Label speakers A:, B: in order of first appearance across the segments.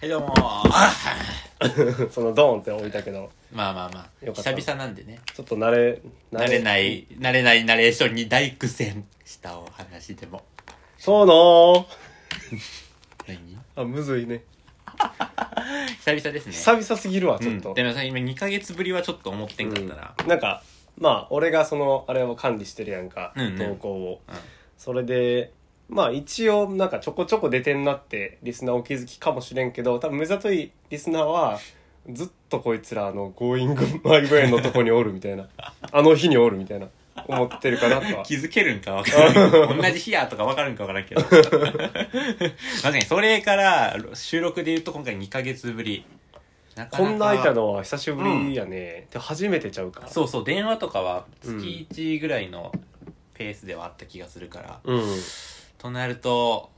A: はいどうもあ
B: そのドーンって置いたけど
A: まあまあまあ
B: よかった
A: 久々なんでね
B: ちょっと慣れ
A: 慣れない慣れないナレーションに大苦戦したお話でも
B: そうの
A: 何
B: あむずいね
A: 久々ですね
B: 久々すぎるわちょっ
A: う
B: と、
A: ん、でもさ今2ヶ月ぶりはちょっと思ってんかったな、
B: うんなんかまあ俺がそのあれを管理してるやんか、
A: うんね
B: 投稿を
A: うん
B: それでまあ一応なんかちょこちょこ出てんなってリスナーお気づきかもしれんけど多分目ざといリスナーはずっとこいつらあの「Going My Way」のとこにおるみた いなあの日におるみたいな思ってるかなとは
A: 気づけるんかわから ん同じ日やとかわかるんかわからんけど確かにそれから収録で言うと今回2ヶ月ぶりなかなか
B: こんな空いたのは久しぶりやね、って初めてちゃうか
A: そうそう電話とかは月1ぐらいのペースではあった気がするから、
B: うんい
A: となると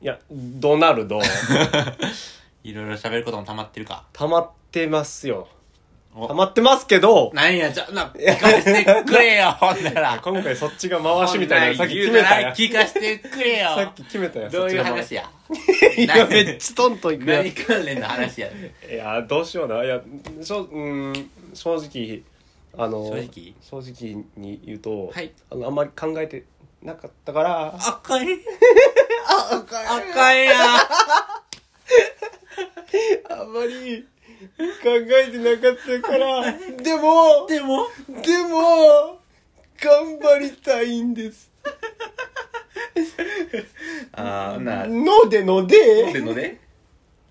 B: やドナルド
A: いろいろ喋ることも溜まってるか
B: 溜まってますよ
A: お
B: 溜まってますけど
A: なんやじゃな聞かせてくれ よほんなら
B: 今回そっちが回しみたいなさっき決めたやん
A: 聞かせてくれ
B: さっ
A: よ
B: き決めたやん
A: どういう
B: そっ
A: 話
B: ち
A: や
B: が回しいやめっちゃトントンいくや
A: 何関連の話や
B: ついやどうしようないやしょうん正直あの
A: 正直
B: 正直に言うと、
A: はい
B: あのあんまり考えてなかったから
A: 赤いあ、赤い赤いや
B: あんまり考えてなかったからでも
A: でも
B: でも頑張りたいんです
A: あーな
B: のでので
A: 飲んでんので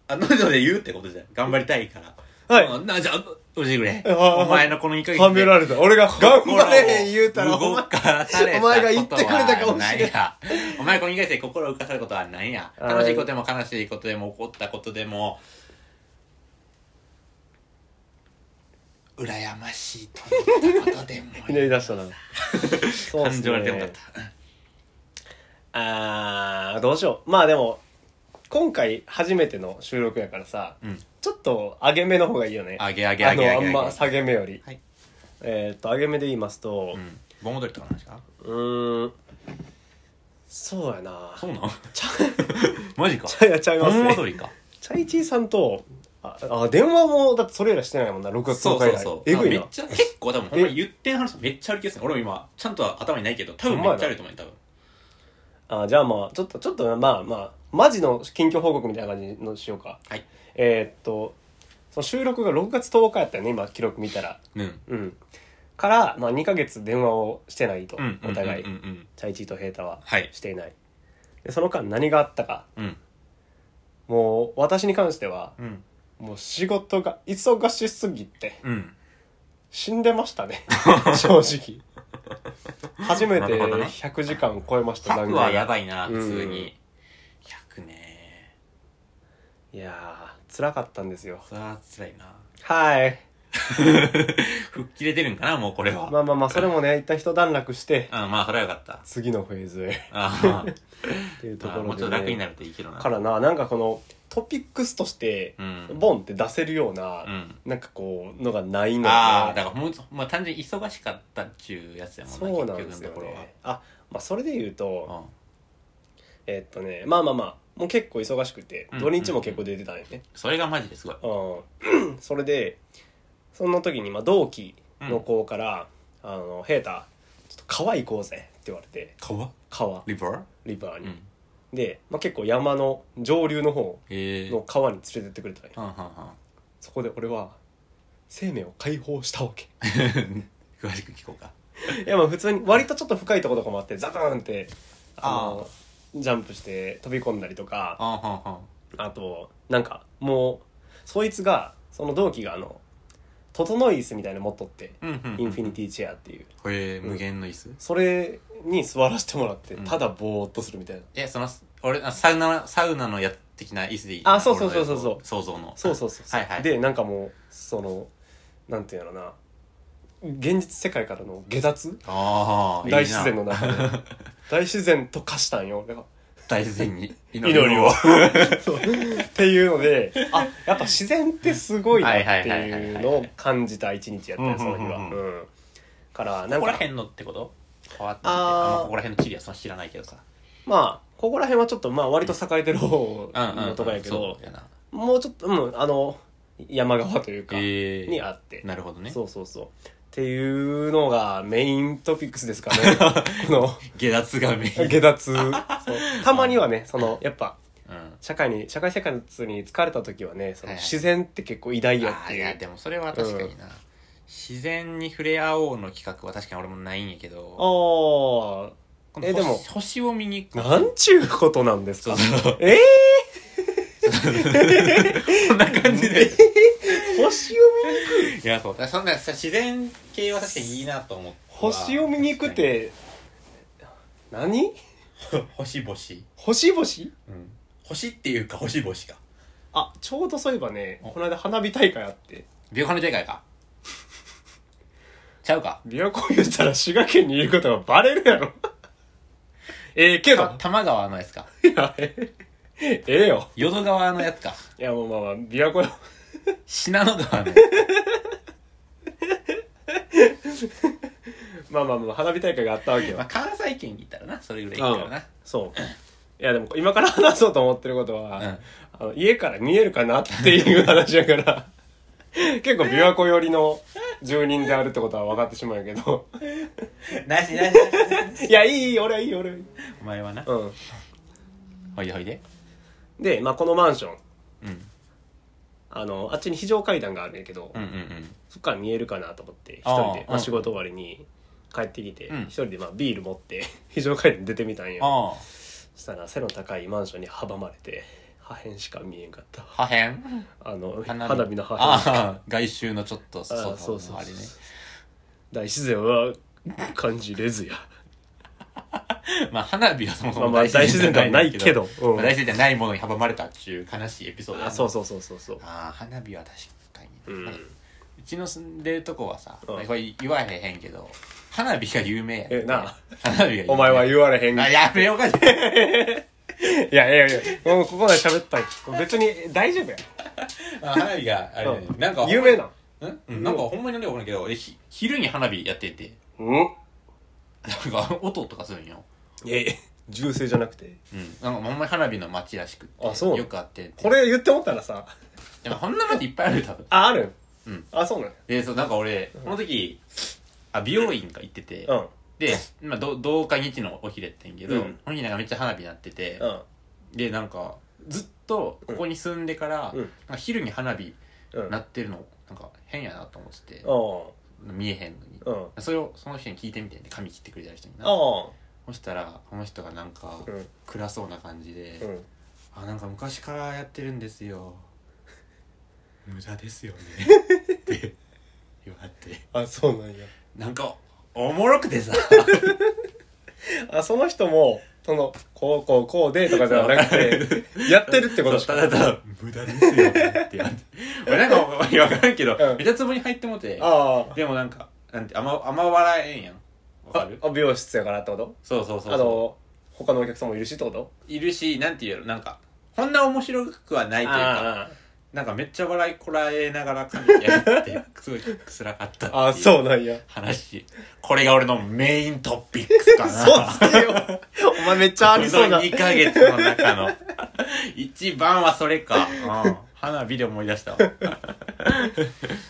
A: あ飲んでんので言うってことじゃん頑張りたいから
B: はい
A: あなじゃあ教えてくれ
B: はいはい
A: お前のこの2ヶ月で
B: はめられた俺が頑
A: 心を
B: 張れへん言うたら
A: 動 かされた
B: お前が言ってくれたかもしれん
A: ことは何やお前この2ヶ月で心を動かされることは何や
B: はい
A: 楽しいことでも悲しいことでも怒ったことでも羨ましいと思ったことで も
B: ひねり出したなそう
A: 感
B: っすね
A: 情割れてよかった
B: あーどうしようまあでも今回初めての収録やからさ
A: うん
B: ちょっと上げ目の方がいいよね
A: 上げ上げ上げ上げ
B: あ
A: 上げ
B: のあんま下げ目より、
A: はい
B: えーっと上げ目で言いますと
A: うん盆踊りとかの話か
B: うーんそうやな
A: そうなの
B: ちゃ
A: マジか
B: ちゃいやちゃいます
A: 盆
B: ね
A: 踊りか
B: チャイチーさんとああ電話もだってそれ以来してないもんな6月
A: そ
B: の
A: うそ
B: 回
A: う
B: 以来
A: そう
B: えぐい
A: めっ
B: な
A: ちゃ結構多分ほんまに言ってん話めっちゃある気がする俺も今ちゃんとは頭にないけど多分めっちゃあると思うよ多分
B: あじゃあまあちょっとちょっとまあまあマジの近況報告みたいな感じのしようか
A: はい
B: えーっとその収録が6月10日やったよね今記録見たら
A: うん
B: うんから、まあ、2ヶ月電話をしてないと、
A: うん
B: お互い、
A: うんうんうん
B: チャイチーと平太は
A: はい
B: していないでその間何があったか
A: うん
B: もう私に関しては
A: うん
B: もう仕事が忙しすぎて
A: うん
B: 死んでまし たね正直初め
A: な
B: て
A: るほどね
B: 100時間超えました
A: 100はやばいな普通
B: うん
A: に100ね
B: いやー辛かったんですよ
A: それは辛いな
B: はい
A: 吹っ切れてるんかなもうこれは
B: まあまあまあそれもね一旦一段落して
A: うんまあそれはよかった
B: 次のフェーズへっ
A: あー
B: て いうと
A: ま
B: こ
A: あ
B: ろで、ね、
A: もうちょっと楽になるといいけどな
B: からななんかこのトピックスとして
A: うん
B: ボンって出せるよう
A: う
B: な、
A: ん
B: なんかこうのがないの
A: ああだからもうまあ単純に忙しかったっちゅうやつやもんな
B: そうなんで
A: 結
B: す
A: 局の
B: よ
A: ところ
B: ねあまあそれで言うと
A: は
B: えっとねまあまあまあもう結構忙しくて
A: うん
B: 土日も結構出てたんよね
A: うんそれがマジですごい
B: うん それでその時にまあ同期の子から「あの平太ちょっと川行こうぜ」って言われて
A: 川
B: 川
A: リバー
B: リバー
A: う
B: に、
A: ん
B: で、まあ、結構山の上流の方
A: へえ
B: の川に連れてってくれたんよ
A: はんはんはん
B: そこで俺は生命を解放したわけ
A: 詳しく聞こうか
B: いやまあ普通に割とちょっと深いとことかもあってザバーンってあ
A: あ
B: のジャンプして飛び込んだりとか
A: あはんはん
B: あとなんかもうそいつがその同期があの整い椅子みたいなの持っとって、
A: うんうんうん
B: インフィニティチェアっていう
A: これ無限の椅子
B: それに座らせてもらって
A: うん
B: ただぼーっとするみたいな、
A: えその俺あサウナサウナのやつ的な椅子でいい
B: あそうそうそうそうそう
A: 俺の想像の
B: そうそうそうそう、
A: はいはい
B: でなんかもうそのなんていうのかな現実世界からの下脱
A: ああ
B: 大自然の 中で大自然と化したんよ俺は
A: 大自然に
B: 祈りをそうっていうのであやっぱ自然ってすごいなっていうのを感じた一日やったよその日は
A: うんう
B: うんから
A: こ
B: なん
A: こら
B: か
A: 辺のってこと変わってて
B: あー
A: あんまここら辺の地理はそんな知らないけどさ
B: まあここら辺はちょっとまあ割と栄えてる方
A: うんうん
B: のとかやけど
A: そうやな
B: もうちょっと、うん、あの、山側というか、
A: ええ
B: にあって。
A: なるほどね
B: そうそうそう。っていうのがメイントピックスですかね。 この、
A: 下脱がメイン、
B: 下脱。そうたまにはね、その、やっぱ、
A: うん
B: 社会に、社会生活に疲れた時はね、そ
A: は
B: の
A: いはい
B: 自然って結構偉大やっ
A: あ
B: て
A: ーい
B: いう。
A: やでもそれは確かにな、自然に触れ合おうの企画は確かに俺もないんやけど
B: あ
A: この
B: えでも
A: 星星を見に行
B: あ、
A: く
B: なんちゅうことなんです
A: そ
B: か
A: う。そう
B: え
A: こんな感じで
B: ー、星を見に行く
A: いやそうだからそんなさ自然系は確かにいいなと思って
B: 星を見に行くって、何
A: 星々、
B: 星
A: う
B: 々
A: ん、星っていうか星々か
B: あ、ちょうどそういえばね、
A: お
B: この間花火大会あって、
A: ビオカネ大会か ちゃうか
B: 琵琶湖言ったら滋賀県にいることがバレるやろ。 ええけど
A: た。玉川のや つか
B: いや、ええええよ。
A: 淀川のやつか
B: いや、もうまあまあ、琵琶湖よ。
A: 信濃川のやつか
B: まあまあまあ、花火大会があったわけ よ。
A: まあ関西圏にいたらなそれぐらいいいからな
B: そう。いや、でも今から話そうと思ってることは、
A: うん
B: あの家から見えるかなっていう話やから、 結構琵琶湖寄りの住人であるってことは分かってしまうけど。
A: なしなしなし
B: いや、いいいい、俺はいい、俺はいい。
A: お前はな
B: うん。
A: ほいでほいで
B: で、まあ、このマンション、
A: うん
B: あの、あっちに非常階段があるんやけど、
A: うんうん
B: そっから見えるかなと思って、一
A: あー
B: 人で、ま
A: うん
B: あ、仕事終わりに帰ってきて、一、
A: うん
B: 人でまあビール持って、 非常階段出てみたんよ。
A: あ
B: そしたら、背の高いマンションに阻まれて、破片しか見えんかった。
A: あ破片
B: あの、
A: 花
B: 花
A: 火
B: 火の破片しか
A: ああ外周のちょっと
B: あ
A: 外
B: ーそう
A: の
B: そう
A: あ
B: そう
A: れね
B: 大自然は感じれずや。
A: まあ花火はそもそ
B: まあ
A: も
B: まあ大自然ではないけど。うん
A: まあ大自然ではないものに阻まれたっていう悲しいエピソード
B: あそううそうそうそうそう。
A: ああ花火は確か
B: う
A: にね、
B: ん
A: う。ちの住んでるとこはさ、
B: うん
A: これ言わへんけど花火が有名やん
B: え、なあ、
A: 花火が有名
B: お前は言われへん。い
A: あ
B: や、い
A: やめようか ね
B: やいや、もうここで喋ったり。別に大丈夫や。
A: あ花火があれ、ね
B: うん
A: なんか
B: 有名なん。
A: ん、うん、なんかほんまにね俺だけどえひ昼に花火やってて
B: うん
A: なんか音とかするんよ
B: え、銃声じゃなくて。
A: うん、なんかほんまに花火の街らしくって
B: あそう
A: よくあって
B: これ言ってもったらさ、
A: でもこんな街いっぱいあるよ多分
B: あ、ある
A: うん
B: あ、そうなの
A: でそうなんか俺この時あ美容院か行ってて、
B: うん。
A: で、まあ、ど同日日のお昼やってんけど、
B: うん
A: お昼なんかめっちゃ花火なってて、
B: うん。
A: でなんかずっとここに住んでから、
B: うん
A: なんか昼に花火
B: うん。
A: なってるのなんか変やなと思ってて、
B: う
A: 見えへんのに、
B: ん。うん。
A: それをその人に聞いてみてんで髪切ってくれた人にな
B: あ
A: そしたらこの人がなんか
B: うん。
A: 暗そうな感じで、
B: うん。
A: あなんか昔からやってるんですよ無駄です よねって言われて
B: あ、そうなんや。
A: なんかおもろくてさ
B: あ、その人も、その、こうこうこうでとかじゃなくて、やってるってことし
A: そ
B: か
A: う。ただただ無駄ですよねって言われて俺なんか分からんけど、
B: うん
A: めちゃツボに入ってもて
B: ああ。
A: でもなんかなんてあんまあんま笑えんやんわかる
B: あ、美容室やからってこと
A: そうそうそうそう
B: あの、他のお客さんもいるしってこと
A: いるしなんて言うのなんかこんな面白くはないというか
B: あ
A: なんかめっちゃ笑いこらえながら髪やって すごい辛かったってい
B: あ、そうなんや。
A: 話これが俺のメイントピックスかな
B: そうつけ よ。お前めっちゃありそうな。
A: 2ヶ月の中 の一番はそれか、うん、花火で思い出した わ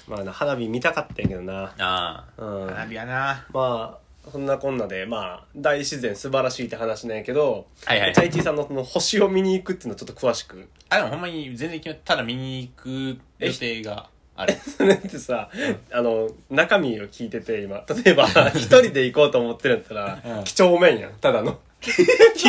B: まあな、花火見たかったんやけどな。
A: ああ
B: うん。
A: 花火やな
B: まあ、そんなこんなで、まあ、大自然素晴らしいって話なんやけど、
A: はいはいはい
B: チャイチーさんのその星を見に行くっていうのをちょっと詳しく。
A: あでもほんまに全然決めただ見に行く予定がある
B: それってさ、あの、中身を聞いてて、今、例えば、一人で行こうと思ってるんだった
A: う
B: ら、
A: ん
B: 貴重面やん、ただの。
A: 貴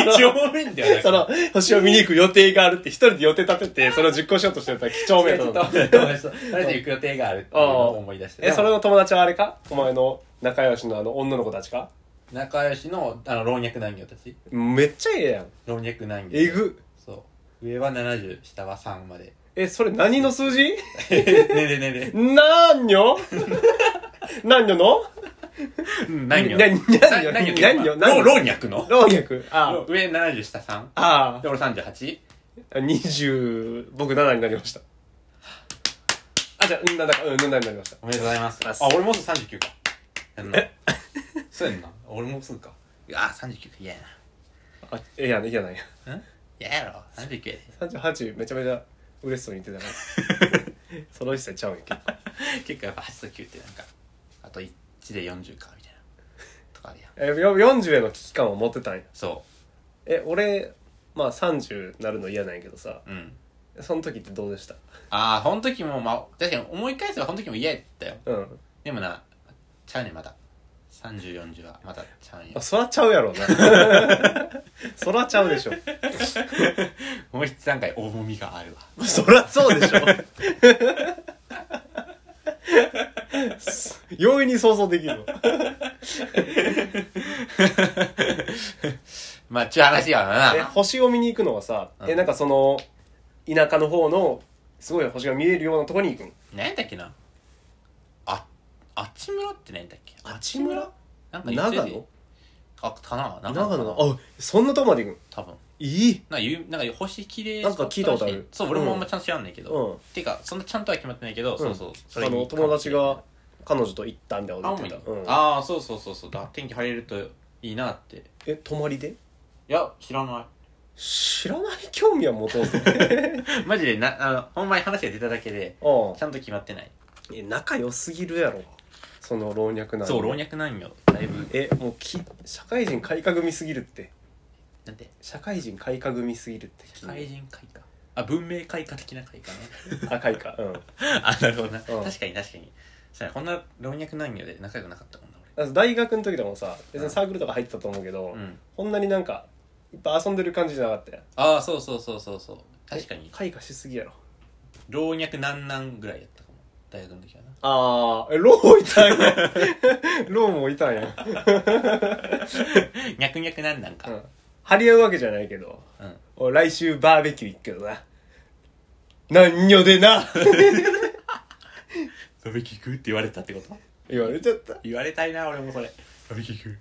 A: 重面だよね
B: その、星を見に行く予定があるって、一人で予定立てて、それを実行しようとしてるたら貴重面
A: ちょ
B: だ
A: っと
B: な。
A: 待って誰と行く予定があるっていうのを思い出して
B: え、それの友達はあれかお前の仲良しのあの女の子たちか
A: 仲良しのあの老若男女たち
B: めっちゃええやん。
A: 老若男女
B: えぐ。
A: そう上は70下は3まで
B: え、それ何の数字
A: ねえねえねえね
B: なんに ょなんにょの
A: え何よ
B: 何よ
A: 何よ
B: 何よ何
A: 老
B: よ
A: 老若の
B: 老若。あ
A: 上70下3
B: あ。あ
A: で俺 38?
B: あ。20、僕7になりました。あ、じゃあ、うん、なんだか、うん、7になりました。
A: おめでとうございます
B: あ
A: あ俺もうすぐ39かやんなそうやんな俺もうすぐかあ三39か嫌や
B: あ、いや、いやないや。
A: なうん嫌やろ39やで
B: 38、めちゃめちゃ嬉しそうに言ってたからその一切ちゃうんやけど
A: 結構やっぱ8と9ってなんかあと1で40かみたいなとかあるやん
B: えよ40への危機感を持ってたんや
A: そ
B: え俺まあ30なるの嫌なんやけどさ
A: ううん
B: その時ってどうでした
A: ああその時もまあ確かに思い返せばその時も嫌やったよ
B: うん
A: でもなちゃうねんまだ3040はまだちゃうん
B: あ
A: よ
B: そらちゃうやろなそらちゃうでしょ
A: もう一段階重みがあるわ
B: そらそうでしょ容易に想像できるわ
A: まあちゅう話やわ
B: え
A: な
B: 星を見に行くのはさ、
A: うん
B: えなんかその田舎の方のすごい星が見えるようなとこに行くん
A: 何やったっけなああっち村って何やったっけ
B: あっち村
A: なんか一時
B: 長野
A: あかな長
B: 長
A: かな
B: 野あそんなとこまで行くん
A: 多分
B: いい
A: なんかゆなんか星綺麗
B: なんか聞いたことある
A: そうらしそう俺もあんまちゃんと知らんねんけど、
B: うん
A: てかそんなちゃんとは決まってないけど、そうそうそ
B: あ
A: に
B: の友達が彼女と行ったんだよ
A: 青
B: 言
A: 森
B: って
A: に、
B: た、うん、
A: ああそうそうそうそうだ天気晴れるといいなってい
B: え泊まりで
A: や知らない
B: 知らない興味は持とうぜ
A: マジでなあのほんまに話が出ただけで
B: う ん
A: ちゃんと決まってない
B: え仲良すぎるやろその老若男
A: そう老
B: 女
A: 若男女だいぶ
B: えもうき社会人開花組すぎるって
A: なんて
B: 社会人開花組すぎるって
A: 社会人開花あ文明開化的な開化ね
B: あ開花うん
A: あなるほどな、
B: うん
A: 確かに確かにそうやこんな老若男女で仲良くなかったもんな
B: だから大学の時でもさ別にサークルとか入ってたと思うけど、
A: 俺うん
B: こんなになんかいっぱい遊んでる感じじゃなかったよ
A: ああそうそうそうそうそう確かに
B: 開花しすぎやろ
A: 老若男男ぐらいやったかも大学の時はな
B: ああえローいたんや ローもいたんや、
A: にゃくにゃくなんなんか、
B: うん、張り合うわけじゃないけど
A: うん
B: お来週バーベキュー行くけどななんよでな
A: バーベキュー食うって言われたってこと
B: 言われちゃった
A: 言われたいな俺もそれバーベキュー食う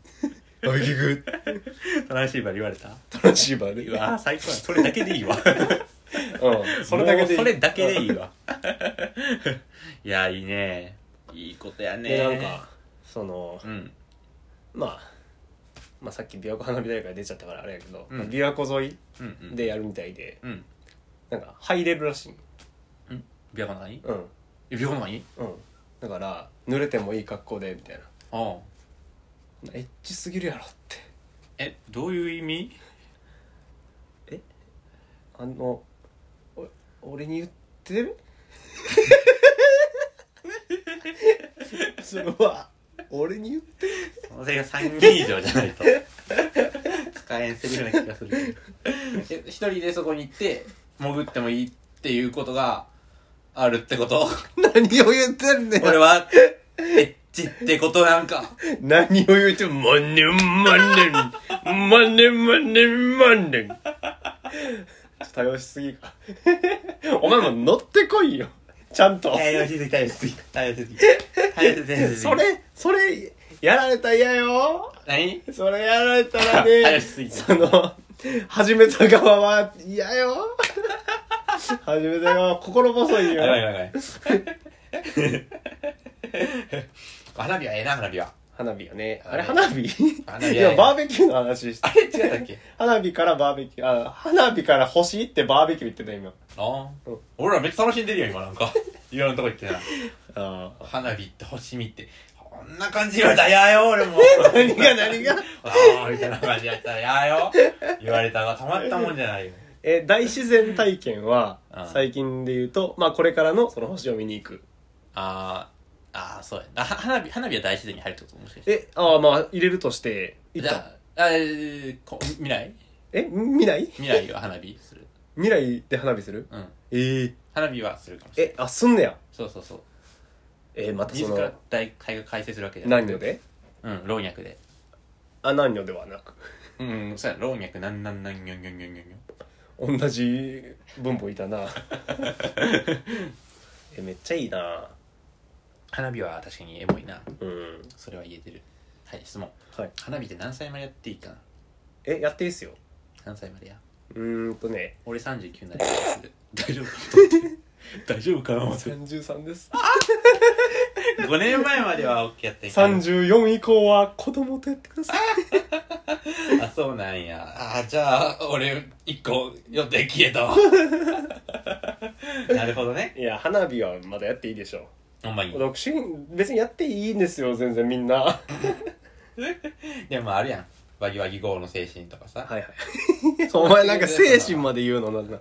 B: バーベキュー行
A: 楽しいバリ言われた
B: く楽しいバーベキ
A: う
B: ュー
A: わ最高だそれだけでいいわ
B: うんそれだ
A: も
B: けでいい
A: うそれだけでいいわ いやいいねいいことやね
B: でなんかその
A: うん
B: まあまあさっき琵琶湖花火大会出ちゃったからあれやけど、
A: うん
B: まあ琵琶湖沿い
A: うんうん
B: でやるみたいで、
A: うん
B: なんか入れるらしい
A: うん琵琶湖の中に
B: うん
A: え琵琶湖の中に
B: うんだから濡れてもいい格好でみたいな
A: ああ
B: エッチすぎるやろって
A: えどういう意味
B: あのお俺に言って るそれは俺に言ってる
A: それが3人以上じゃない と抱えんせるような気がするけどえ一人でそこに行って潜ってもいいっていうことがあるって こと
B: 何を言ってんね
A: 俺
B: ん
A: は、エッチってことなんか。
B: 何を言ってんまんねんまんねんまんねんまんねんまんねんちょっと多用しすぎるかお前も乗ってこいよちゃんと
A: 大量しすぎ、大量しすぎ。大量しすぎ。大量しすぎ。
B: それそれやられたら嫌よ
A: 何
B: それやられたら
A: 早
B: ね、
A: すぎた
B: その、始めた側は嫌よ。始めた側は心細いよ。
A: やばいやばい やばい。花火はええな、花火は。
B: 花火よね。あれ
A: 花
B: 花火
A: 花火
B: いや、バーベキューの話して
A: あ。れ違ったっけ
B: 花火からバーベキュー、あ、花火から星行ってバーベキュー行ってた今。
A: ああ
B: うん。
A: 俺らめっちゃ楽しんでるよ、今なん か。いろんなとこ行ってな。
B: ああ。
A: 花火って星見って。こんな感じはだやよ、俺も。
B: 何が何が
A: ああ、みたいな感じやったらやよ。言われたが、たまったもんじゃないよ。
B: え、大自然体験は
A: うん、
B: 最近で言うと、まあこれからのその星を見に行く。
A: ああ、ああ、そうやな。あ花火、花火は大自然に入るってこともしかして。
B: え、ああ、まあ入れるとして、行
A: じ
B: った。
A: ゃあ、あえーこ未来
B: え、未来
A: 未来は花火する。
B: 未来で花火する
A: うん。
B: ええ。
A: 花火はするかもしれない。
B: え、あ、すんねや。
A: そうそうそう。
B: えーまたそ
A: 自
B: の
A: ら大会が開催するわけじゃない。
B: 何ので
A: うん、老若で。
B: あ何のではなく
A: うん、うん、そうや、老若なんなんなんにょんにょんにょんにょんにょん。
B: 同じ分母いた なえめっちゃいいな
A: 花火は確かにエモいな。
B: うん
A: それは言えてる。はい、質問。
B: はい
A: 花火って何歳までやっていいかな
B: えやっていいっすよ
A: 何歳までや
B: うーんとね
A: 俺39になりする。大丈夫大丈夫か な
B: 33です
A: ?5 年前までは OK やって
B: 34以降は子供とやってください
A: あ、そうなんや。あ、じゃあ、俺、一個予定消えたわ。 なるほどね
B: いや花火はまだやっていいでしょ
A: ほんまに
B: 独身別にやっていいんですよ全然みんなは
A: でもあるやんバギバギ号の精神とかさ、
B: いはいお前なんか精神まで言うのなんだ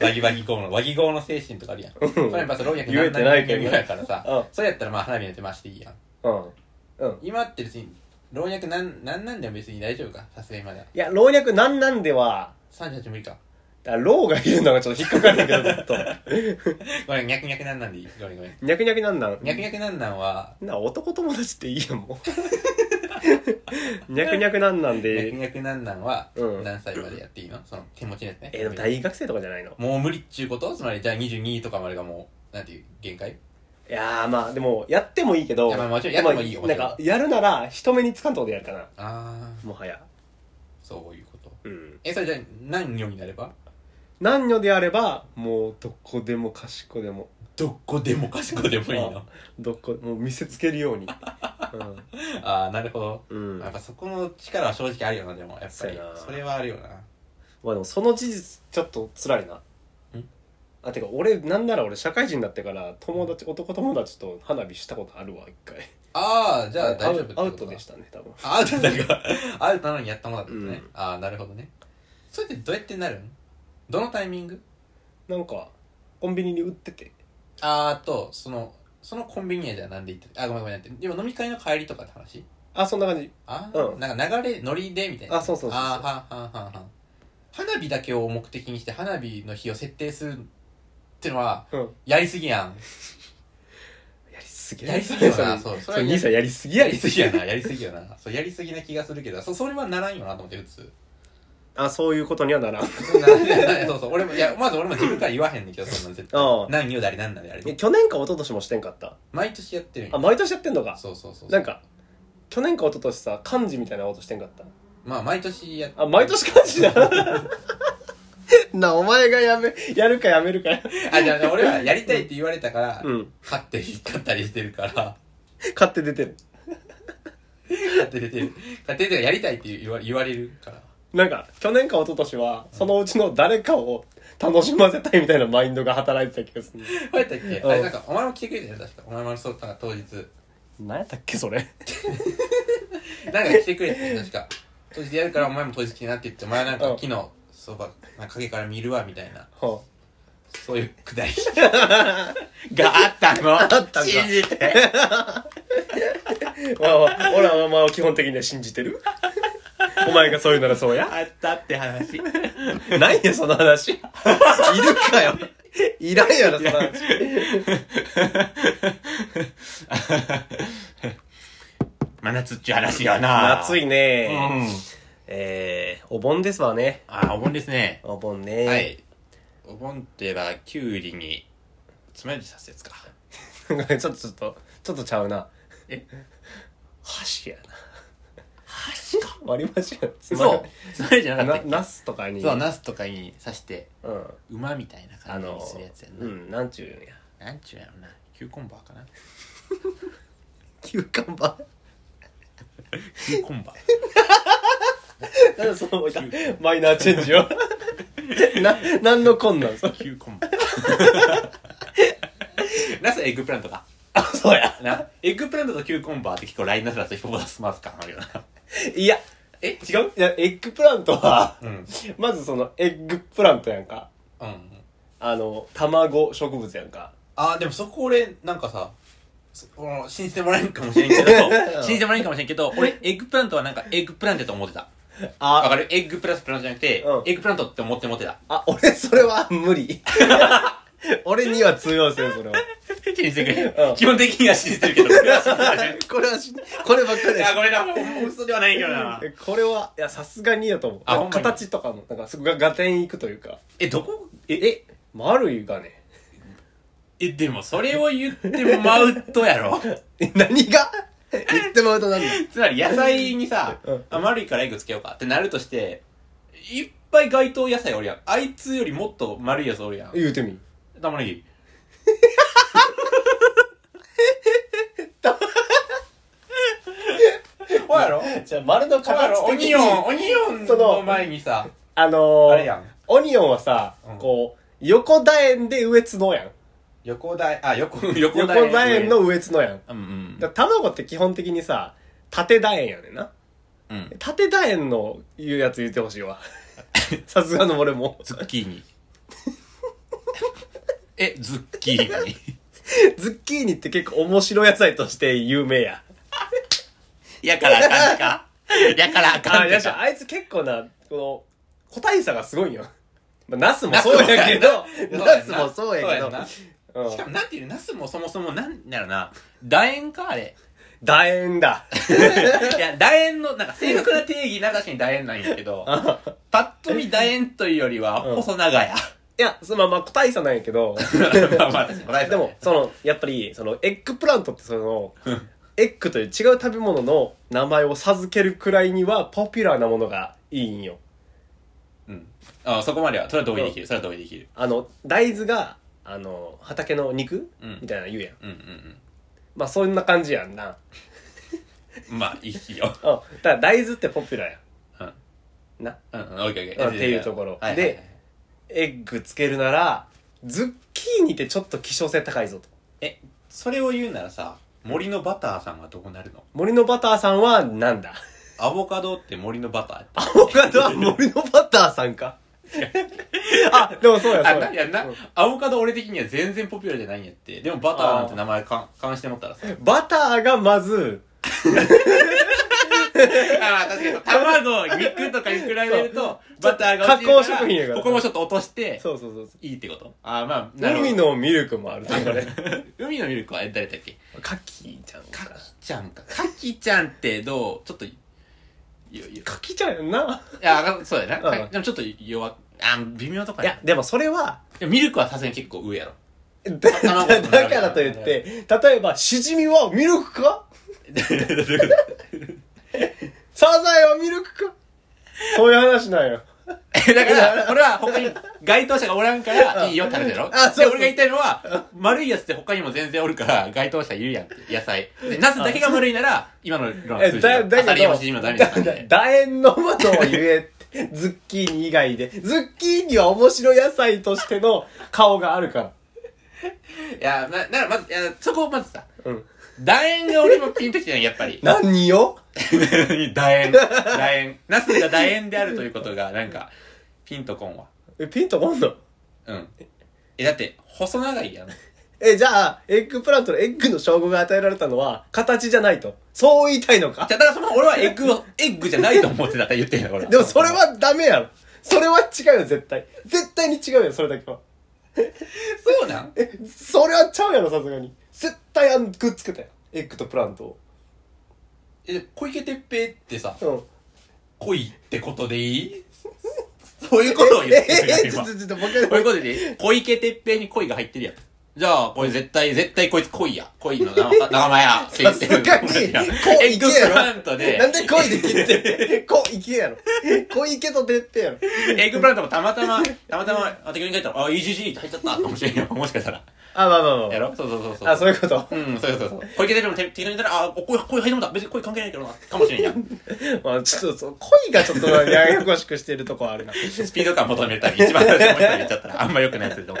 A: バギバギ号の和ギ号の精神とかあるやんそれやっぱさ老若
B: 言えてないけど
A: ぐ
B: ね
A: らいからさ、
B: うん
A: それやったらまあ花火の手回していいやん
B: うんうん
A: 今って別に老若なんなんなんでも別に大丈夫かさすがにまだ
B: いや老若なんなんでは
A: 38無理か
B: だから老がいるのがちょっと引っかかるんだけど ずっと
A: ごめん逆逆なんなんでいいごめんごめん
B: にゃくにゃくなんなん
A: 逆逆なんなんは
B: な男友達っていいやんもうにゃくにゃくなんなん
A: 逆
B: で
A: 逆なんなんは
B: うん
A: 何歳までやっていいのその手持ちのやつね
B: えでも大学生とかじゃないの
A: もう無理っちゅうことつまりじゃあ22とかまでがもうなんていう限界
B: いやーまあでもやってもいいけど
A: いやまあもちろんやってもいいよ
B: でなん
A: も
B: か
A: ち
B: やるなら人目につかんとこでやるかな
A: ああ
B: もはや
A: そういうこと
B: うん
A: えそれじゃあ何女になれば
B: 男女であればもうどこでもかしこでも
A: どこでもかしこでもいいの
B: どこもう見せつけるようにう
A: ああーなるほど、
B: ん、うん、
A: や
B: ま
A: っぱそこの力は正直あるよなでもやっぱ
B: そう
A: り
B: やな
A: それはあるよな
B: あでもその事実ちょっと辛いなんあてか俺なんなら俺社会人になってから友達男友達と花火したことあるわ一回
A: ああじゃあ
B: ア
A: 大丈夫っ
B: ウ
A: てこと
B: ア
A: か
B: ウトでしたね多分
A: あアウトだからアウトなのにやったものだったんですね、
B: う
A: ああなるほどねそれってどうやってなるんどのタイミング
B: なんかコンビニに売ってて
A: あーとそのそのコンビニやじゃあなんで行ってあごめんごめんってでも飲み会の帰りとかって話
B: あそんな感じ
A: ああ、
B: うん
A: なんか流れノリでみたいな
B: あそうそうそうそう
A: あーはんはんはんはん花火だけを目的にして花火の日を設定するっていうのは
B: うん
A: やりすぎやん
B: やりすぎ
A: やりすぎよな
B: そ
A: そ
B: れ
A: うそ
B: そ
A: れは
B: れ兄さんやりすぎ
A: や
B: や
A: りすぎやなやりすぎやなそうやりすぎな気がするけどそそれはならんよなと思って普通
B: あそういうことには な らん
A: そうならんならん そうそう俺もいやまず俺も自分から言わへんねんけどそんなん絶対
B: ああ
A: 何よだりなんだりあれ
B: え
A: ね
B: 去年か一昨年もしてんかった
A: 毎年やってるん
B: あ
A: よ
B: 毎年やってんのか
A: そうそうそう
B: なんか去年か一昨年さ漢字みたいなことしてんかった
A: まあ毎年やっ
B: あ毎年漢字だ なお前がやめやるかやめるか
A: あじゃあじゃあ俺 はやりたいって言われたから、
B: うん
A: 勝手に勝ったりしてるから
B: 買って出てる
A: 勝手に出てる勝手に出てるやりたいって言わ言われるから
B: なんか去年か一昨年はそのうちの誰かを楽しませたいみたいなマインドが働いてた気がする
A: どうやったっけ
B: うん
A: あれなんかお前も来てくれたよね確かお前もそうなんか当日
B: 何やったっけそれ
A: なんか来てくれた よね確か当日やるからお前も当日来てなって言ってお前なんか
B: うん
A: 昨日そばなんか影から見るわみたいな
B: は
A: そういうく だり
B: があったのあったんか
A: 信じて
B: まあまあ、俺はまあ基本的には信じてる。お前がそういうならそうや。
A: あったって話い
B: ないや、その話。いるかよ。いらんやろ、その話。
A: 真夏っちゅう話 やな
B: 暑
A: う
B: いね。
A: ん
B: えー、お盆ですわね。
A: あーお盆ですね
B: お盆ね。
A: はいお盆といえばきゅうりにつまようじ刺すやつか
B: ちょっとちょっと、ちょっとちゃうな。
A: え
B: 箸やな。
A: 箸か
B: 割り箸やな。つま
A: そ
B: よ
A: うつまようじじゃ
B: う。
A: なかった、
B: な
A: っけ
B: ナスとかに。
A: そう、ナスとかに刺して
B: うん。
A: 馬みたいな
B: あ
A: 感じに
B: の
A: するやつや、ん
B: う
A: な、
B: ん、なんちゅ うんや。
A: なんちゅうやろなキューコンバーかな
B: キューカンバー。
A: キューコンバー
B: なんでそのマイナーチェンジ を。な、なんのこんなんそれ
A: キューコンバー ナスエッグプラントか
B: あ、そうや。
A: なエッグプラントとキューコンバーって結構ラインナップだとヒポポタスマース感あるよない
B: や、
A: え
B: 違ういや、エッグプラントは、
A: うんうん
B: まずその、エッグプラントやんか。あの、卵植物やんか。
A: あーでもそこ俺なんかさそうん信じてもらえんかもしれんけ ど信じてもらえんかもしれんけど俺エッグプラントはなんかエッグプラントやと思ってたわ
B: あ、
A: かるエッグプラスプラントじゃなくて、
B: うん
A: エッグプラントって思って思ってた
B: あ、俺それは 無理。俺には通用せん、それは。
A: 信じてくれ、
B: うん
A: 基本的には信じてるけどこれは信じてくれ
B: これはし、こればっかり
A: い
B: や
A: や、ごめんな、もう嘘ではないけどな。
B: し。これは、いや、さすがにやと思う。
A: あ
B: なん
A: ほん
B: か
A: まに
B: 形とかも、なんか、そこが合点いくというか。
A: え、どこ
B: え、え、丸いがね。
A: え、でも、それを言ってもマウントやろ。
B: え何が 言ってもらうとなんだ
A: つまり、野菜にさ
B: うん、
A: あ、丸いからエッグつけようかってなるとして、いっぱい街頭野菜おるやん。あいつよりもっと丸いやつおるやん。
B: 言うてみ。
A: 玉ねぎ。ほやろ
B: じゃあ、丸の
A: ほやろオニオン、オニオン
B: その
A: の前にさ、
B: あのー
A: あれやん
B: オニオンはさ、
A: うん
B: こう、横田園で上角やん。
A: 横田園あ横横
B: 横田園の上角やん。
A: うんうん
B: だから卵って基本的にさ、縦楕円やねんな。
A: うん
B: 縦楕円の言うやつ言ってほしいわ。 さすがの俺も。
A: ズッキーニ えズッキーニ
B: ズッキーニって結構面白野菜として有名や。
A: やからあかんかやからあか
B: あ、
A: ん
B: いや
A: て
B: し
A: か
B: あいつ結構な、この、個体差がすごいんよ。まあ、ナスもそうやけど、 ナスもそうやけど
A: な。
B: うん
A: しかもなんていうのナスもそもそもなんだろうな楕円かあれ
B: 楕円だ。
A: いや楕円のなんか正確な定義な確かに楕円なんやけどパッと見楕円というよりは
B: うん
A: 細長 や
B: いや、そのまあまあ個体差なんや けど、
A: まあまあ確かに
B: でも、その、やっぱり、その、エッグプラントってその、エッグという違う食べ物の名前を授けるくらいにはポピュラーなものがいいんよ。
A: うんあそこまではそれは同意できるそれは同意できる
B: あの、大豆が、あの、畑の肉、
A: うん
B: みたいなの言うやん。
A: うんうん
B: まあ、そんな感じやんな。
A: うんまあいいよ
B: うん。だから大豆ってポピュラーや
A: うん
B: ん。な。
A: うんうんオッケーオッケ
B: う
A: ー
B: んっていうところ
A: はいはいはい
B: でエッグつけるなら、ズッキーニってちょっと希少性高いぞと。
A: えそれを言うならさ森のバターさんはどうなるの
B: 森のバターさんはなんだ
A: アボカドって森のバターやった
B: アボカドは森のバターさんか。あ、でもそうや、
A: あ
B: そう
A: な
B: や。
A: いやな
B: うん
A: アボカド俺的には全然ポピュラーじゃないんやってでもバターなんて名前かん関してもったらさ
B: バターがまず、
A: あ確かに卵肉とかに比べるとバターが
B: 加工食品やから
A: ここもちょっと落として
B: そうそうそうそう。
A: いいってことあまあなるほど
B: 海のミルクもあるとこれ。
A: 海のミルクはえ誰だっけ
B: カキちゃんか
A: カキちゃんかカキちゃんってどうちょっといよいよ
B: カキちゃんやんな。
A: いやあそうだよな、
B: うん
A: でもちょっと弱あ微妙とか
B: いや、でもそれは、
A: いやミルクはさすがに結構上や ろ
B: だだだからといって、例えば、シジミはミルクかサザエはミルクかそういう話なんよ。
A: え だから、これは他に該当者がおらんから、いいよって話だろ
B: あそうそう
A: で、俺が言いたいのは、丸いやつって他にも全然おるから、該当者いるやんって、野菜。でナスだけが丸いなら、今の理論の
B: え
A: 数字
B: だ
A: が。
B: だ
A: アサリ
B: け
A: や
B: ど
A: もシジミはダメだったん
B: だ
A: で。
B: 楕円のものを言えってズッキーニ以外でズッキーニは面白野菜としての顔があるから
A: いや、な、ならまず、いやそこをまずさ、
B: うん
A: 楕円が俺もピンときてない、やっぱ り。
B: 何よ
A: 楕円。楕円。ナスが楕円であるということが、なんか、ピンとこんわ。
B: えピンとこんの
A: うん。え、だって、細長いやん。
B: えじゃあエッグプラントのエッグの称号が与えられたのは形じゃないとそう言いたいのか
A: じゃ、だからその、俺はエッグを、エッグじゃないと思ってたって言ってんだ、俺は
B: でもそれはダメやろそれは違うよ絶対絶対に違うよそれだけは
A: そうなん
B: えそれはちゃうやろさすがに絶対あんくっつけたよエッグとプラントを
A: え、小池徹平ってさ、
B: うん
A: 恋ってことでいいそういうことを言ってるやん
B: えち
A: 今
B: ょっ
A: そ
B: とちょっともう一回
A: ういうことでいい小池徹平に恋が入ってるやん。じゃあ、これ絶対、絶対こいつ恋や。恋の な仲間や。って言
B: さ
A: っ
B: す
A: て
B: が
A: る。
B: に、こう
A: いやエ
B: い
A: ッ
B: け
A: グプ
B: や
A: ラン
B: ろ。
A: トで
B: なん、でこいで切って、こういけやろ。こいけとてっぺやろ。
A: エッグプラントもたまたま、たまたま、あ、適当に書いたら、あ、EGG って入っちゃったかもしれんよ。もしかしたら。
B: あ、まあまあ
A: やろそうそうそうそう。
B: あ、そういうこと。
A: うん、そうそうそう。小池徹平も適当に言ったら、あ、お恋、恋入るんだ。別に恋関係ないけどな。かもしれんやん。
B: まあ、ちょっと、そう恋がちょっとややこしくしてるとこあるな。
A: スピード感求めたり、一番最初に思ったり言っちゃったら、あんま良くないやつでも。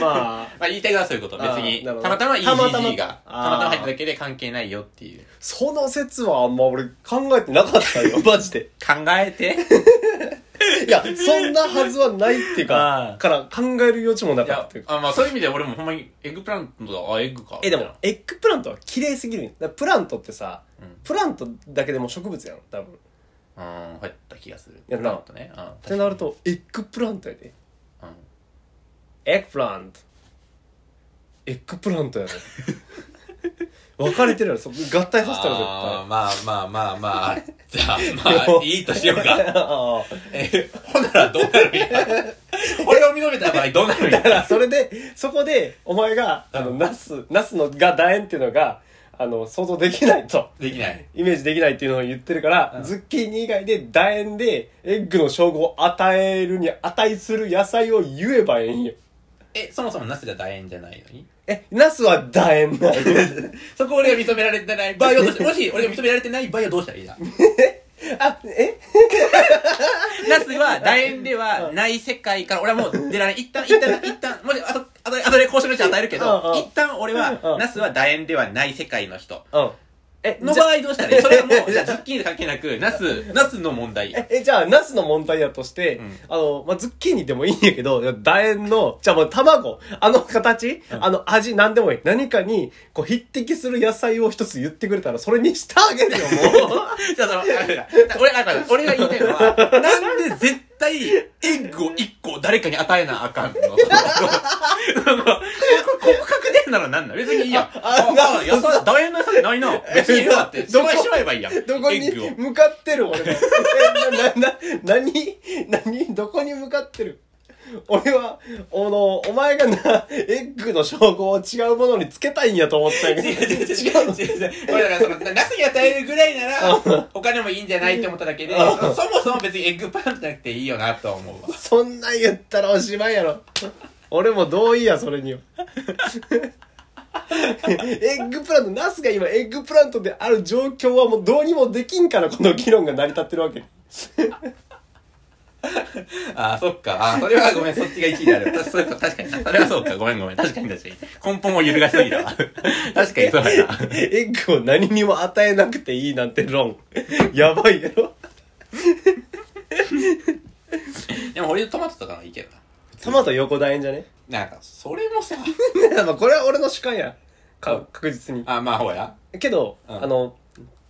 B: まあ、
A: まあ言いたいのはそういうこと。別
B: あ
A: に、
B: ーなるほど
A: たまたま
B: たまたま
A: EGG が、た
B: あー
A: またま入っただけで関係ないよっていう。
B: その説はあんま俺考えてなかっ たよ、マジで。
A: 考えて
B: いや、そんなはずはないっていう
A: あ
B: か
A: ー、
B: から考える余地もないかっ
A: や
B: たという、か。
A: あまあそういう意味で俺もほんまにエッグプラントだ、あ、エッグか。
B: え、でも、エッグプラントは綺麗すぎるんよ。だからプラントってさ
A: うん、
B: プラントだけでも植物やん、多分。
A: うん、入った気がする。
B: やな
A: ちょっとね。うん。
B: ってなると、エッグプラントやで。
A: うん
B: エッグプラントエッグプラントやろ分かれてるやろそこ合体させたら絶対
A: あーまあまあまあまあ。じゃあ、まあ、 いいとしようか。
B: ああ
A: え、ほんならどうなるんや。俺を認めた場合どうなるんや
B: だ。からそれでそこでお前があの、
A: うん
B: ナスナスのが楕円っていうのがあの想像できないと
A: でき ない。
B: イメージできないっていうのを言ってるから、
A: うん
B: ズッキーニ以外で楕円でエッグの称号を与えるに値する野菜を言えばいいんよ
A: え、そもそもナスが楕円じゃないのに
B: えナスは楕円なんよ
A: そこ俺が認められてない場合はどうし、もし俺が認められてない場合はどうしたらいいだ
B: あえ
A: ナスは、楕円ではない世界から、俺はもう出られない。一旦、一旦、一旦、もし、あと、あと、あとで交渉のうち与えるけ
B: うん
A: ど
B: う、ん
A: 一旦俺
B: う
A: は、
B: ん
A: ナスは楕円ではない世界の人。
B: うんえ
A: の
B: じゃ
A: 場合どうしたらいいそれは もう、じゃあズッキーニと関係なく、ナス、ナスの問題。
B: えじゃあナスの問題だとして、
A: うん
B: あの、まあ、ズッキーニでもいいんやけど楕円のじゃあもう卵あの形、あの味何でもいい何かにこう匹敵する野菜を一つ言ってくれたらそれにしてあげる よもう
A: じゃあその、あだから俺、あだから俺が言いたいのは、なんで絶対、エッグを1個誰かに与えなあかんのそのそのここ確定ならなんなん別にいいやん。
B: あ
A: あ、あ、野菜、楕円の野菜ないな。別にいいわって。ど
B: どこ
A: こへしまえばいいやん。エ
B: どこに
A: ッグを。
B: 向かってる俺は。えな、な、な、何何どこに向かってる俺は、あの、お前がな、エッグの称号を違うものにつけたいんやと思ったんや
A: 違う
B: けど。
A: 違う違う違う。俺だからその、ナスに与えるぐらいなら、お金もいいんじゃないって思っただけで、そ
B: うん
A: もそも別にエッグパンじゃなくていいよなとは思うわ。
B: そんなん言ったらおしまいやろ。俺も同意や、それには。エッグプラント、ナスが今エッグプラントである状況はもうどうにもできんからこの議論が成り立ってるわけ。
A: ああ、そっ か。あーそれはごめん、そっちが1位である。たそうか確かにな。それはそうか。ごめんごめん。確かに確かに。根本を揺るがしすぎだ わ。確かにそうやな。
B: エッグを何にも与えなくていいなんて論。やばいやろ。
A: でも俺トマトとかのいいけど
B: トマト横楕円じゃね
A: な。なんか、それもさ、
B: まあこれは俺の主観や。か確実に。
A: あ、まあほや。
B: けど、
A: うん
B: あの、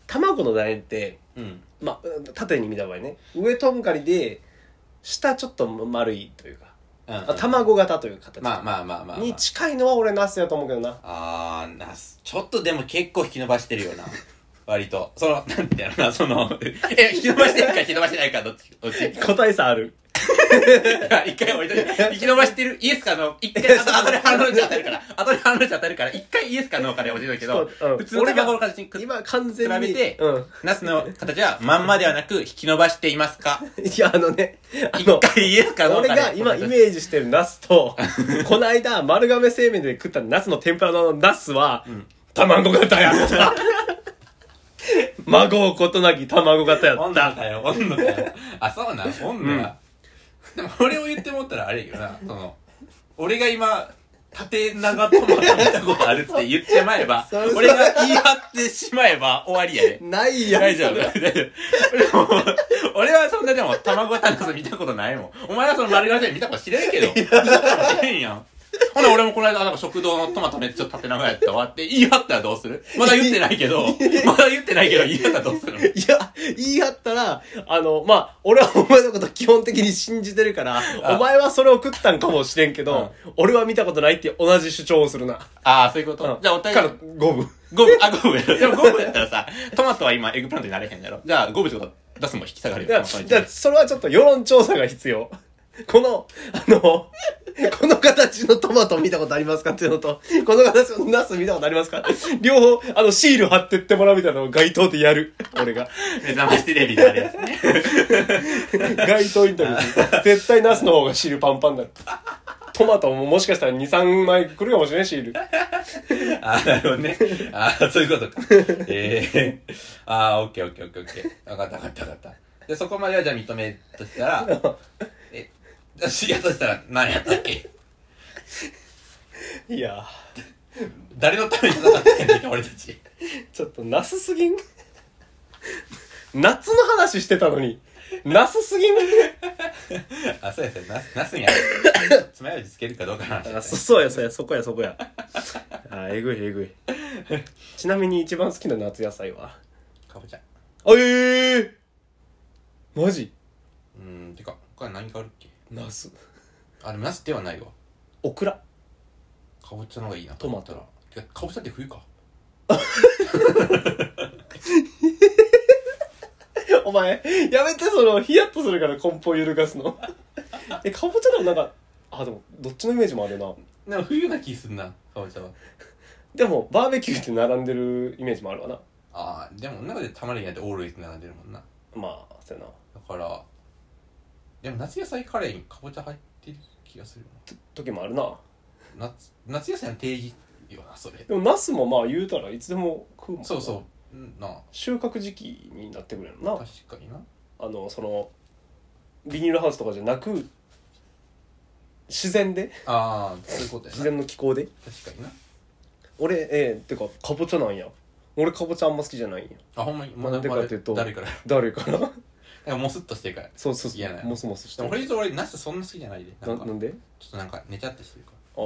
B: 卵の楕円って、
A: うん。
B: まあ、うん縦に見た場合ね、上とんがりで、下ちょっと丸いというか、
A: うん
B: あ卵型という形
A: まあまあまあまあ、ま
B: に
A: あ。
B: 近いのは俺ナスやと思うけどな。
A: あー、なす。ちょっとでも結構引き伸ばしてるよ な。割と。その、なんていうのな、その、え、引き伸ばしてるか引き伸ばしてないか、どっち、どっち。
B: 個体差ある。
A: 一回置いといて、生き延ばしてるイエスかノー。一回、あと、あとで反論値当たるから。あとで反論値当たるから、一回イエスかノーかで教えるけど
B: ちょっとうん、
A: 普通の卵の形にくっ
B: 今完全に。
A: 比べて
B: うん。
A: ナスの形はまんまではなく、引き伸ばしていますか
B: いや、あのね、あ
A: 一
B: の、
A: 回イエスかノー
B: 俺
A: かで。
B: が今イメージしてるナ スと、この間丸亀製麺で食ったナスの天ぷらのナスは、卵型 やった。孫をことなき卵型やった。
A: おんのかよ、おんのかよ。あ、そうなん、おんのな。でも、俺を言ってもったらあれやけどな、その、俺が今、縦長トマト見たことあるって言っちまえば
B: そうそう、
A: 俺が言い張ってしまえば終わりやで。
B: ないやん
A: 大丈夫。
B: それ
A: 大丈夫俺も俺はそんなでも、卵タナス見たことないもん。お前はその丸亀製見たこと知れんけど。見たかもしれんやん。ほな、俺もこの間、なんか食堂のトマトめっちゃ縦長やったわって言い張ったらどうするまだ言ってないけ ど、まだ言ってないけど言い張ったらどうする
B: いや、言い張ったら、あの、まあ、俺はお前のこと基本的に信じてるから、
A: あ
B: お前はそれを食ったんかもしれんけど、俺は見たことないって同じ主張をするな。
A: ああ、そういうこ
B: う
A: と
B: ん。
A: じゃあお互
B: から
A: い、
B: 五分。
A: 五分、あ、五分や ろ。でも五分やったらさ、トマトは今エッグプラントになれへんやろ。じゃあ五分ってことは出すも引き下がる
B: いや
A: よ。
B: じゃあそれはちょっと世論調査が必要。この、あの、この形のトマト見たことありますかっていうのと、この形のナス見たことありますか両方、あの、シール貼ってってもらうみたいなのを街頭でやる。俺が。
A: 目覚ましテレビであるやつね。
B: 街頭インタビューで。絶対ナスの方がシールパンパンになる。トマトももしかしたら2、3枚来るかもしれない、シール。
A: あー、なるほどね。あー、そういうことか。ええあー、オッケーオッケーオッケーオッケー。わかったわかったわかった。で、そこまではじゃあ認めるとした ら、え、私やとしたら何やったっけ
B: いや
A: 誰のために戦ってんだっけ俺たち。
B: ー、ちょっとナスすぎん。夏の話してたのに、ナスすぎん。
A: あ、そうやそうや。なす、なすにある。爪楊枝つけるかどうかな。
B: あそそうやそうやそこやそこやあえぐいえぐいちなみに一番好きな夏野菜は
A: かぼちゃ。
B: あええマジ
A: うーん、てか、他に何かあるっけ
B: ナス
A: あ、でもナスではないわ。
B: オクラ
A: かぼちゃの方がいいな
B: トマト
A: てかかぼちゃって冬か
B: お前やめてそのヒヤッとするから根本揺るがすの えかぼちゃでもなんかあでもどっちのイメージもあるな
A: なんか冬な気すんなかぼちゃは
B: でもバーベキューって並んでるイメージもあるわな
A: ああでも中で玉ねぎなんてオールイズ並んでるもんな
B: まあそうやな
A: だからでも夏野菜カレーにかぼちゃ入ってる気がする
B: と時もあるな
A: な夏夏野菜の定義よなそれ
B: でもナスもまあ言うたらいつでも食うもんな
A: そうそううんなあ
B: 収穫時期になってくるやろな
A: 確かにな
B: あのそのビニールハウスとかじゃなく自然で
A: ああそういうことや
B: 自
A: な確
B: 然の気候で
A: かにな
B: 俺ええてかかぼちゃなんや俺かぼちゃあんま好きじゃないんや
A: あほんまに
B: なんでかっていうと
A: 誰から
B: 誰から
A: なんかモスっとしてるから
B: そうそうそ
A: 嫌なん
B: う
A: や
B: モスモスし
A: で
B: て
A: も
B: る
A: 俺実は俺ナスそんな好きじゃないでな
B: なん
A: か
B: なんで
A: ちょっとなんか寝ちゃってしてるか
B: あ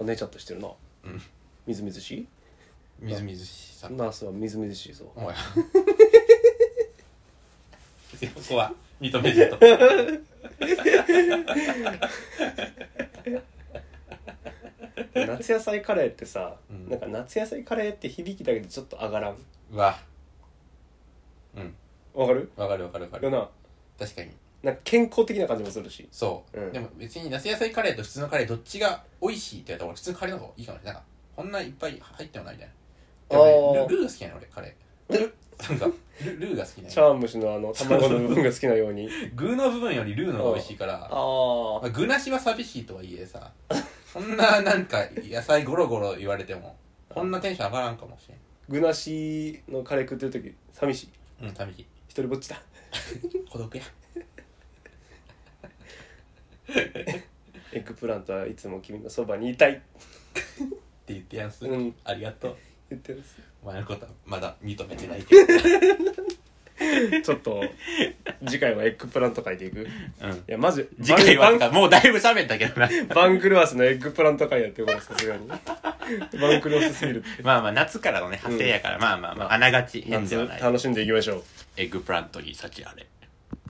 B: あ寝ちゃったしてるな
A: らうん
B: みずみずしい
A: みずみずしさ
B: ナースはみずみずし いぞ
A: おやここは認めると
B: 夏野菜カレーってさ、
A: うん
B: なんか夏野菜カレーって響きだけでちょっと上がらん
A: うわうん
B: わかる
A: わかるわかるわか
B: よ
A: る
B: な
A: 確かに
B: なんか健康的な感じもするし
A: そう、
B: うん
A: でも別に夏野菜カレーと普通のカレーどっちが美味しいって言ったら俺普通のカレーの方がいいかもしれないなんかこんないっぱい入ってもないみたいなでもね
B: あー
A: ルルーが好きなの俺カレールなんかルルーが好きな
B: 茶
A: の
B: 碗蒸しのあの卵の部分が好きなように
A: 具の部分よりルーの方が美味しいから
B: あ
A: まあ、具なしは寂しいとはいえさそんななんか野菜ゴロゴロ言われてもこんなテンション上がらんかもし
B: 具なしのカレー食ってる時寂しい
A: れんうん寂しい
B: 一人ぼっちだ
A: 孤独や
B: エッグプラントはいつも君のそばにいたい
A: って言ってやんす、
B: うん
A: ありがとう
B: 言ってます
A: お前のことはまだ認めてない けど
B: ちょっと次回はエッグプラント書いていくい
A: うん
B: やマジ
A: 次回は
B: バ
A: な
B: ン
A: んかもうだいぶ喋ったけどな
B: バンクルワースのエッグプラント会やってこれさすがにバンクルワースすぎるって
A: まあまあ夏からのね派生やから、まあまあまああながち変ではない
B: 楽しんでいきましょう
A: エッグプラントに幸あれ